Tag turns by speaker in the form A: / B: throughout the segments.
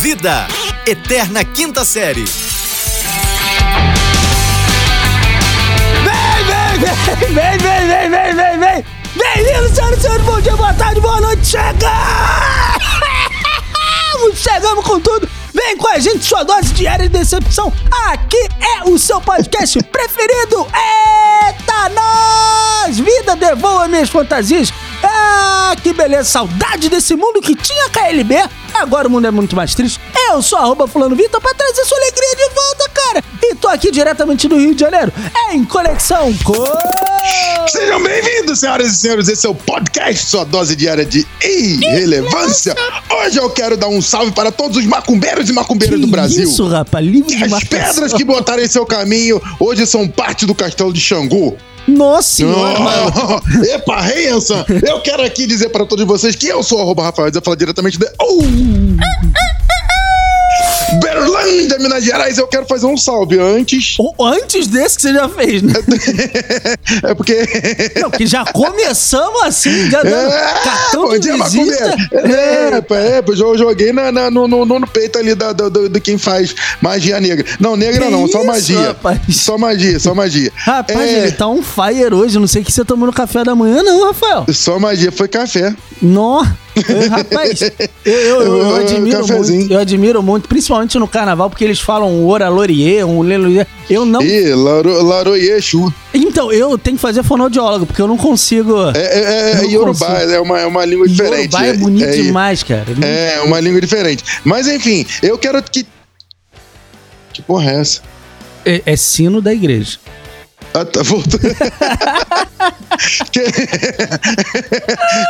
A: Vida, Eterna Quinta Série.
B: Vem, vem, vem, vem, vem, vem, vem! Bem-vindos, senhoras e senhores! Bom dia, boa tarde, boa noite! Chegamos! Chegamos com tudo! Vem com a gente, sua dose diária de decepção! Aqui é o seu podcast preferido! Eita, nós! Vida devoa minhas fantasias! Ah, que beleza! Saudade desse mundo que tinha KLB! Agora o mundo é muito mais triste. Eu sou arroba fulano Vitor pra trazer sua alegria de volta, cara! E tô aqui diretamente do Rio de Janeiro, em Conexão com...
C: Sejam bem-vindos, senhoras e senhores. Esse é o podcast, sua dose diária de irrelevância. Hoje eu quero dar um salve para todos os macumbeiros e macumbeiras do Brasil.
B: Isso, rapaz, livro de
C: As
B: marcação.
C: pedras que botaram em seu caminho hoje são parte do castelo de Xangu.
B: Nossa senhora, mano.
C: Oh, epa, rei Ansan, eu quero aqui dizer para todos vocês que eu sou o arroba Rafael, eu falo diretamente de... Oh! Berlândia, Minas Gerais, eu quero fazer um salve antes.
B: O- Antes desse que você já fez, né?
C: É porque
B: Não, que já começamos assim, já dando
C: É,
B: cartão
C: bom
B: de
C: dia,
B: visita.
C: macumbeiro. É, pá, é, pô, eu joguei na, na- no, no, no peito ali da, do, do- de quem faz magia negra. Não, negra
B: Que
C: não, só
B: isso,
C: magia.
B: rapaz?
C: Só magia, só magia.
B: Rapaz,
C: É,
B: ele tá on fire hoje. Não sei o que você tomou no café da manhã, não, Rafael.
C: Só magia, foi café.
B: Nó. É, Rapaz, eu, eu- eu- eu
C: Ah,
B: admiro
C: cafezinho.
B: muito, eu admiro muito, principalmente no carnaval, porque eles falam um ora lorier, um lelorier. Eu não.
C: Ih, Laro- Laroyexu.
B: Então, eu tenho que fazer fonoaudiólogo, porque eu não consigo.
C: É, é, é
B: Não
C: Yorubá,
B: consigo.
C: é uma, é uma língua diferente.
B: Yorubá é bonito
C: é,
B: demais, cara.
C: É, uma língua diferente. Mas enfim, eu quero que. Que porra é essa?
B: É- é sino da igreja.
C: Ah, tá, voltou. Que-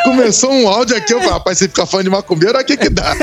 C: Começou um áudio aqui, eu falei, rapaz, você fica fã de macumbeiro, aqui que dá.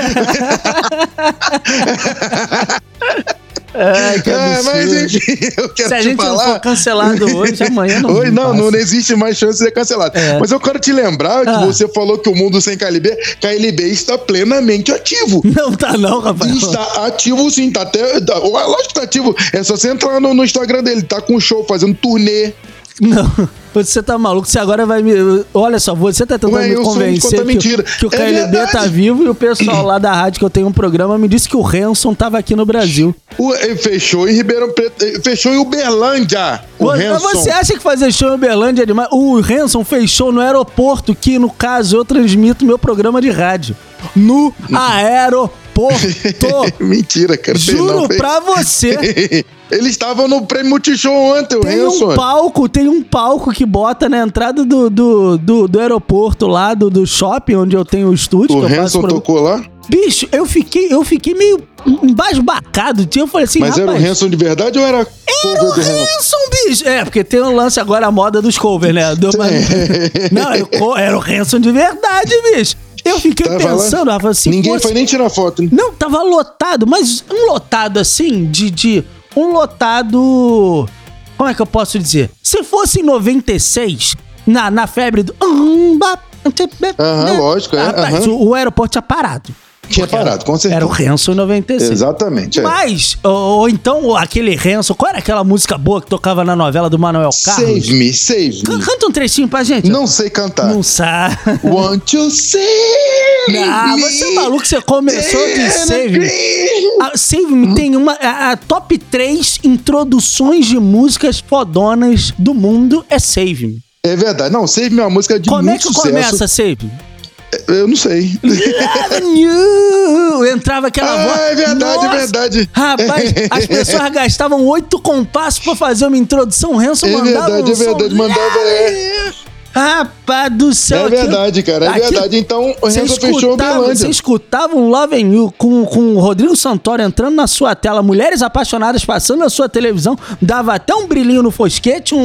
B: Ai, que
C: É, mas
B: absurdo.
C: enfim, eu quero
B: Se a
C: te
B: gente
C: falar.
B: não for cancelado hoje, amanhã não.
C: Oi, não, não,
B: passa.
C: existe mais chance de ser cancelado.
B: É.
C: Mas eu quero te lembrar que
B: Ah.
C: você falou que o mundo sem KLB, KLB está plenamente ativo.
B: Não tá não, rapaz.
C: Está ativo sim, tá até. tá- ó, Lógico que tá ativo. É só você entrar no, no Instagram dele, tá com show, fazendo turnê.
B: Não. Você tá maluco? Você agora vai me. Olha só, você tá tentando
C: Ué,
B: me
C: eu sou um
B: convencer
C: conta
B: que,
C: mentira.
B: o- que o
C: É
B: KLB
C: verdade.
B: tá vivo e o pessoal lá da rádio que eu tenho um programa me disse que o Hanson tava aqui no Brasil.
C: Ué, eh, fechou em Ribeirão Preto. eh, Fechou em Uberlândia. O
B: Mas
C: Hanson.
B: você acha que fazer show em Uberlândia é demais? O Hanson fez show no aeroporto, que no caso eu transmito meu programa de rádio. No aeroporto.
C: Mentira, cara. sei
B: Juro
C: não, fez.
B: pra você.
C: Eles estavam no prêmio Multishow ontem, o
B: Tem um
C: Hanson.
B: palco, tem um palco que bota na entrada do, do, do, do aeroporto lá, do, do shopping, onde eu tenho o estúdio.
C: O
B: que eu faço
C: Hanson
B: pro-
C: tocou lá?
B: Bicho, eu fiquei, eu fiquei meio embasbacado. tio. Eu falei assim,
C: Mas era o
B: rapaz,
C: Hanson de verdade ou era cover do Hanson?
B: Hanson, bicho. É, porque tem um lance agora, a moda dos covers, né? Do- mas- Não, era o, co- era o Hanson de verdade, bicho. Eu assim, fiquei
C: Tava lá?
B: pensando, Rafa, se
C: Ninguém
B: fosse...
C: foi nem tirar foto, né?
B: Não, tava lotado, mas um lotado assim, de, de. Um lotado. Como é que eu posso dizer? Se fosse em 96, na, na febre do.
C: Aham, lógico, é,
B: Rapaz,
C: aham.
B: o, o aeroporto tinha parado.
C: Tinha parado, com certeza.
B: Era o Hanson em 96.
C: Exatamente. é.
B: Mas, ou, ou então aquele Hanson, qual era aquela música boa que tocava na novela do Manuel Carlos?
C: Save me, save
B: Can-
C: me.
B: Canta um trechinho pra gente.
C: Não sei cantar.
B: Não sabe.
C: Want to save
B: Ah,
C: me.
B: você é maluco, você começou de save. Me. A Save Me tem uma. A, a top 3 introduções de músicas fodonas do mundo é Save Me.
C: É verdade. Não, Save Me é uma música de
B: Como é que
C: muito sucesso.
B: começa Save Me?
C: Eu não sei.
B: Loving you! Entrava aquela
C: Ah,
B: voz.
C: é verdade, é verdade.
B: Rapaz, as pessoas gastavam oito compassos pra fazer uma introdução. O Hanson
C: É
B: mandava
C: verdade,
B: um
C: é verdade,
B: som-
C: mandava, é.
B: Rapaz do céu.
C: É
B: aquilo-
C: verdade, cara. É
B: aquilo-
C: verdade. Então, o
B: Você
C: Hanson fechou o
B: escutava, você
C: Belândia.
B: escutava um Love and You com, com o Rodrigo Santoro entrando na sua tela, mulheres apaixonadas passando na sua televisão, dava até um brilhinho no fosquete, um,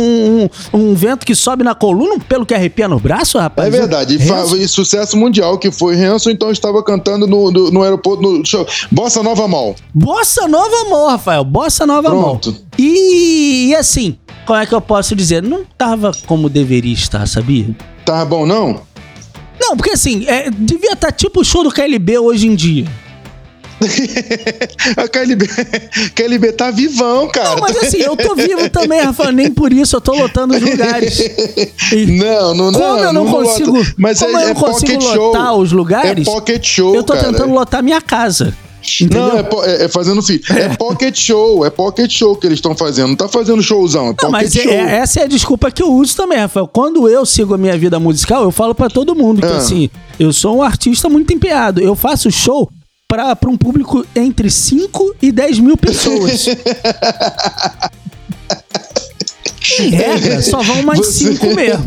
B: um, um vento que sobe na coluna, um pelo que arrepia no braço, rapaz.
C: É verdade, e, fa-
B: Hanson-
C: e sucesso mundial que foi. Hanson então estava cantando no, no, no aeroporto no show Bossa Nova Mal.
B: Bossa Nova Amor, Rafael, Bossa Nova Amor.
C: Pronto.
B: E, e assim, como é que eu posso dizer? Não tava como deveria estar, sabia?
C: Tá bom, não?
B: Não, porque assim, é, devia estar tipo o show do KLB hoje em dia.
C: A KLB, KLB tá vivão, cara.
B: Não, mas assim, eu tô vivo também, Rafa. Nem por isso eu tô lotando os lugares. E
C: Não, não, não.
B: como eu não,
C: lota.
B: consigo.
C: Mas
B: como
C: é,
B: eu
C: é
B: não consigo
C: pocket
B: lotar
C: show.
B: os lugares,
C: É pocket show,
B: eu tô
C: cara.
B: tentando lotar minha casa. Entendeu?
C: Não, é, po- é- é fazendo feed. É pocket show, é pocket show que eles estão fazendo. Não tá fazendo showzão, é pocket
B: Não, mas é-
C: show.
B: é- essa é a desculpa que eu uso também, Rafael. Quando eu sigo a minha vida musical, eu falo pra todo mundo que
C: Ah.
B: assim, eu sou um artista muito empenhado. Eu faço show pra, pra um público entre 5 e 10 mil pessoas. em regra, só vão mais
C: Você-
B: 5 mesmo.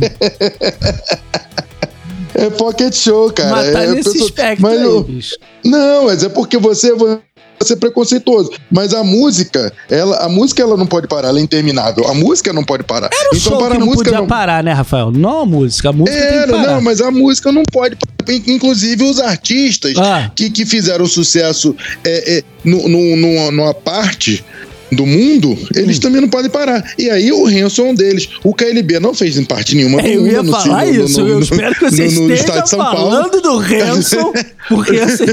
C: É pocket show, cara.
B: mas tá
C: é,
B: nesse
C: pessoa-
B: espectro
C: mas
B: aí,
C: eu-
B: bicho.
C: Não, mas é porque você vai ser preconceituoso. Mas a música, ela, a música ela não pode parar, ela é interminável. A música não pode parar. Então,
B: Era o show que não podia parar, né, Rafael? Não a música, a música tem que
C: Era,
B: parar.
C: É, não, mas a música não pode. Inclusive, os artistas
B: Ah.
C: que, que fizeram sucesso é, é, nu- nu- numa, numa parte do mundo,
B: Hum.
C: eles também não podem parar. E aí o Renzo é um deles. O KLB não fez em parte nenhuma.
B: É, Eu
C: no-
B: ia
C: no-
B: falar
C: no- no-
B: isso.
C: no-
B: eu
C: no-
B: espero que você
C: no- no estado
B: esteja
C: de São Paulo. Tá
B: falando do Hanson, porque assim,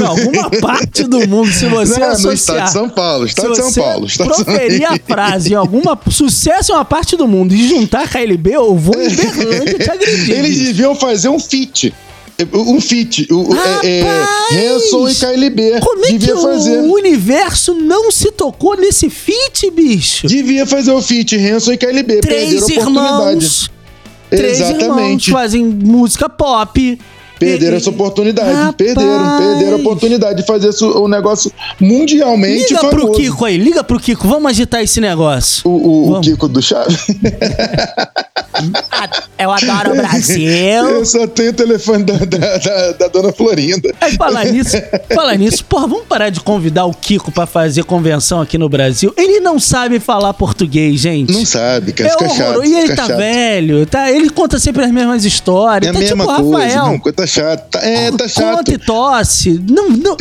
B: em alguma parte do mundo, se você
C: Não, no estado
B: associar.
C: de São Paulo, estado de
B: se
C: São
B: você
C: Paulo, estado de São-
B: proferir a frase em alguma sucesso em uma parte do mundo e juntar KLB, eu vou em Berlândia te agredir.
C: Eles
B: bicho.
C: deviam fazer um feat. Um feat. O, o- é,
B: Rapaz!
C: é, Hanson e KLB.
B: Como é que
C: devia fazer.
B: o universo não se tocou nesse feat, bicho?
C: Devia fazer o feat Hanson e KLB. Perderam
B: Três
C: a oportunidade.
B: irmãos, três irmãos
C: Exatamente.
B: fazem música pop.
C: Perderam
B: E-
C: essa oportunidade.
B: Rapaz!
C: Perderam. Perderam a oportunidade de fazer isso- o negócio mundialmente
B: Liga
C: famoso.
B: pro Kiko aí, liga pro Kiko, vamos agitar esse negócio.
C: O, o- o
B: Vamos.
C: Kiko do Chaves.
B: Ah, Eu adoro É o
C: Eu
B: Brasil.
C: só tenho o telefone da, da, da- da dona Florinda.
B: Aí falar nisso, falar nisso, porra, vamos parar de convidar o Kiko pra fazer convenção aqui no Brasil. Ele não sabe falar português, gente.
C: Não sabe, cara.
B: é
C: Fica chato.
B: horroroso. E ele
C: fica
B: tá
C: chato.
B: velho, tá? Ele conta sempre as mesmas histórias.
C: É a
B: tá
C: mesma
B: tipo o
C: coisa.
B: Rafael.
C: Não, tá chato. Tá- É, tá
B: Conta
C: chato. É.
B: e tosse. Não, não.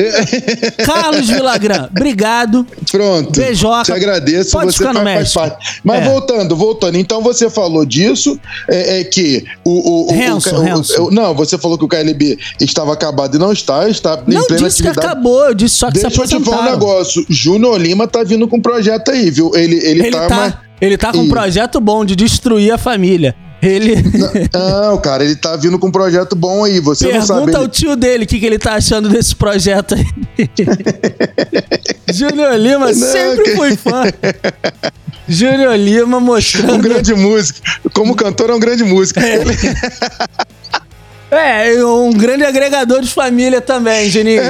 B: Carlos Vilagrã, obrigado.
C: Pronto.
B: Beijoca.
C: Te agradeço.
B: Pode
C: você
B: ficar no
C: faz, faz
B: México.
C: parte. Mas
B: É.
C: voltando, voltando. Então você falou disso, é, é que o. o, o,
B: Hanson,
C: o- o-
B: Hanson.
C: o- não, você falou que o KLB estava acabado e não está, está em
B: Não
C: plena
B: disse que
C: atividade.
B: acabou, eu disse só que se
C: Deixa eu te
B: aposentaram.
C: falar um negócio. Júnior Lima tá vindo com um projeto aí, viu? Ele, ele,
B: Ele tá,
C: tá. mas-
B: ele tá com um
C: Ih.
B: projeto bom de destruir a família. Ele
C: Não, cara, ele tá vindo com um projeto bom aí. Você não sabe.
B: pergunta
C: ele-
B: ao tio dele o que, que ele tá achando desse projeto aí. Júnior Lima, sempre
C: que-
B: fui fã. Júnior Lima
C: Um
B: mostrando.
C: grande músico. Como cantor, é um grande músico. Ele-
B: É, e um grande agregador de família também, Juninho.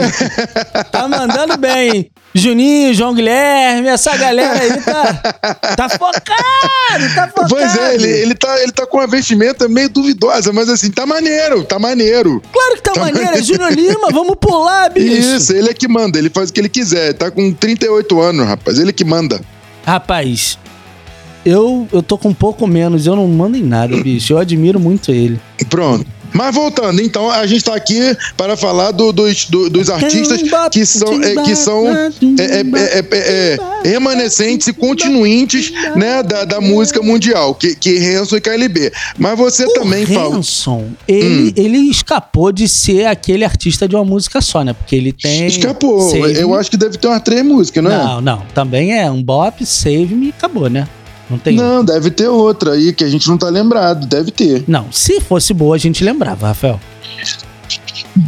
B: Tá mandando bem. Juninho, João Guilherme, essa galera aí tá, tá focado, tá focado.
C: Pois é, ele, ele, tá, ele tá com uma vestimenta meio duvidosa, mas assim, tá maneiro, tá maneiro.
B: Claro que tá maneiro, é Júnior Lima, vamos pular, bicho.
C: Isso. ele é que manda, ele faz o que ele quiser. Tá com 38 anos, rapaz, ele que manda.
B: Rapaz, eu, eu tô com um pouco menos, eu não mando em nada, bicho. Eu admiro muito ele.
C: Pronto. Mas voltando, então, a gente tá aqui para falar do- dos, do- dos artistas
B: um
C: que são, é, que são é, é, é, é, é, remanescentes e continuintes né, da, da música mundial, que, que Hanson e KLB. Mas você
B: O
C: também Hum. fala.
B: Hanson, ele, ele escapou de ser aquele artista de uma música só, né? Porque ele tem.
C: Escapou.
B: Save
C: Eu
B: Me.
C: acho que deve ter umas três músicas, não é?
B: Não, não. Também é um bop, save me, acabou, né? Não tem.
C: Não, deve ter outra aí que a gente não tá lembrado, deve ter.
B: Não, se fosse boa, a gente lembrava, Rafael.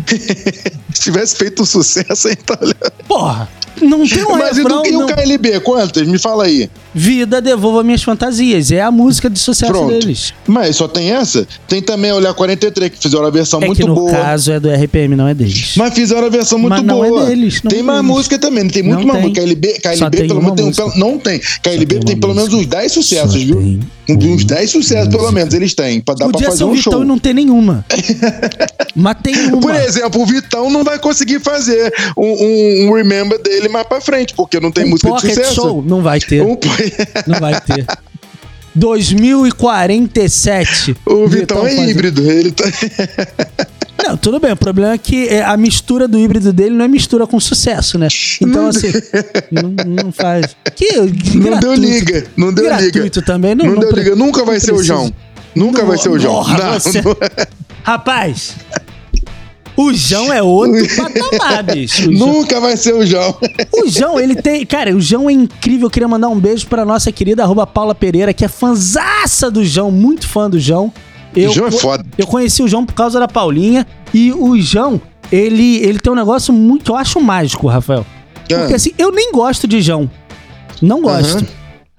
C: Se tivesse feito um sucesso, então.
B: Porra, não tem um
C: Mas e,
B: refrão,
C: do, e
B: não.
C: o KLB? Quantas? Me fala aí.
B: Vida, devolva minhas fantasias. É a música de sucesso
C: Pronto.
B: deles.
C: Mas só tem essa? Tem também a Olhar 43, que fizeram a versão
B: É
C: Tá muito
B: que no
C: boa.
B: caso é do RPM, não é deles.
C: Mas fizeram a versão muito
B: Mas não é
C: boa.
B: deles, não
C: tem
B: é
C: mais
B: deles.
C: música também, não tem muito
B: Não
C: mais
B: tem.
C: música. KLB,
B: Só
C: KLB
B: tem
C: pelo
B: uma
C: menos tem um.
B: música.
C: pelo- Não tem. KLB tem,
B: tem um uma
C: pelo menos
B: música.
C: uns 10 sucessos,
B: Só
C: viu? Um
B: tem
C: Uns
B: uma
C: 10 sucessos, pelo menos, eles têm. Pra dar pra
B: Podia ser
C: fazer
B: o
C: um
B: Vitão
C: show.
B: e não ter nenhuma. Mas tem uma.
C: Por exemplo, o Vitão não vai conseguir fazer um, um- um remember dele mais pra frente, porque não tem
B: um
C: música de
B: pocket
C: sucesso.
B: show não vai ter.
C: Um po-
B: Não vai ter. 2047.
C: O Vitão, é
B: faz- um
C: híbrido, ele tá.
B: Não, tudo bem. O problema é que é, a mistura do híbrido dele não é mistura com sucesso, né? Então, assim, não, não faz. Que,
C: Não deu liga, não deu
B: Gratuito
C: liga.
B: também, não-
C: não,
B: não
C: deu
B: pre-
C: liga, nunca vai
B: não
C: ser o
B: precisa.
C: João. Nunca vai ser o João.
B: Porra,
C: Não,
B: você- é um
C: não-
B: Rapaz, o João é outro patamar, bicho. O João-
C: nunca vai ser o João.
B: O João, ele tem. Cara, o João é incrível. Eu queria mandar um beijo pra nossa querida arroba Paula Pereira, que é fanzaça do João, muito fã do João. Eu,
C: João é foda.
B: Eu conheci o João por causa da Paulinha. E o João, ele, ele tem um negócio muito, que eu acho mágico, Rafael.
C: É.
B: Porque assim, eu nem gosto de João. Não gosto.
C: Ah. Aham.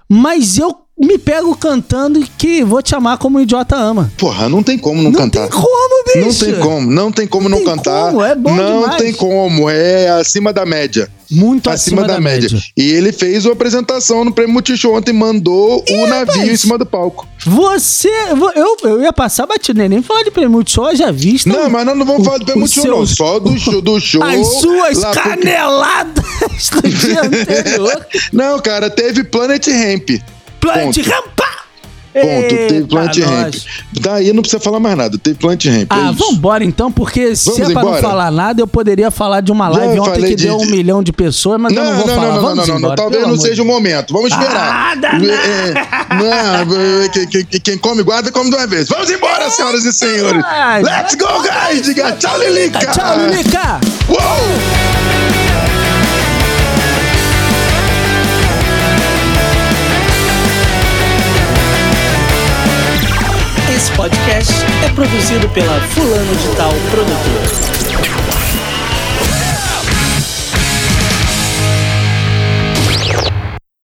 B: Mas eu me pego cantando que vou te amar como o idiota ama.
C: Porra, não tem como não,
B: Não,
C: cantar.
B: tem como, bicho.
C: Não tem como, não tem como
B: Não
C: não,
B: tem
C: cantar.
B: como, é bom
C: não
B: demais.
C: tem como, é acima da média.
B: Muito
C: acima, da, média. E ele fez uma apresentação no Prêmio Multishow ontem, mandou o navio em cima do palco.
B: Você. Eu, eu ia passar batido, né? Nem falar de prêmio Multishow, já visto.
C: não, mas nós não vamos falar do Prêmio
B: os
C: Multishow, não.
B: seus-
C: Só do show. Do show
B: As suas
C: lá pro-
B: caneladas do dia anterior.
C: Não, cara, teve Planet Ramp.
B: Plant
C: Ponto.
B: rampa!
C: Ponto, teve
B: Eita,
C: Planet Ramp.
B: nós.
C: Daí não precisa falar mais nada, teve Planet Ramp. é
B: Ah,
C: isso.
B: vambora então, porque se
C: Vamos
B: é pra não
C: embora?
B: falar nada, eu poderia falar de uma
C: Já
B: live ontem
C: falei
B: que
C: de-
B: deu um
C: de-
B: milhão de pessoas, mas eu não
C: Não,
B: vou
C: não,
B: falar.
C: não, não,
B: Vamos
C: não, não,
B: embora,
C: Talvez
B: pelo
C: não
B: amor de
C: seja um o momento. Vamos
B: Ah,
C: esperar.
B: danado.
C: É, não, é, quem, quem- quem come guarda, come de uma vez. Vamos embora, senhoras e senhores.
B: Ai,
C: Let's go, guys! Diga tchau, Lilica!
B: Tchau, Lilica!
C: Uou!
D: Esse podcast é produzido pela Fulano de Tal Produtora.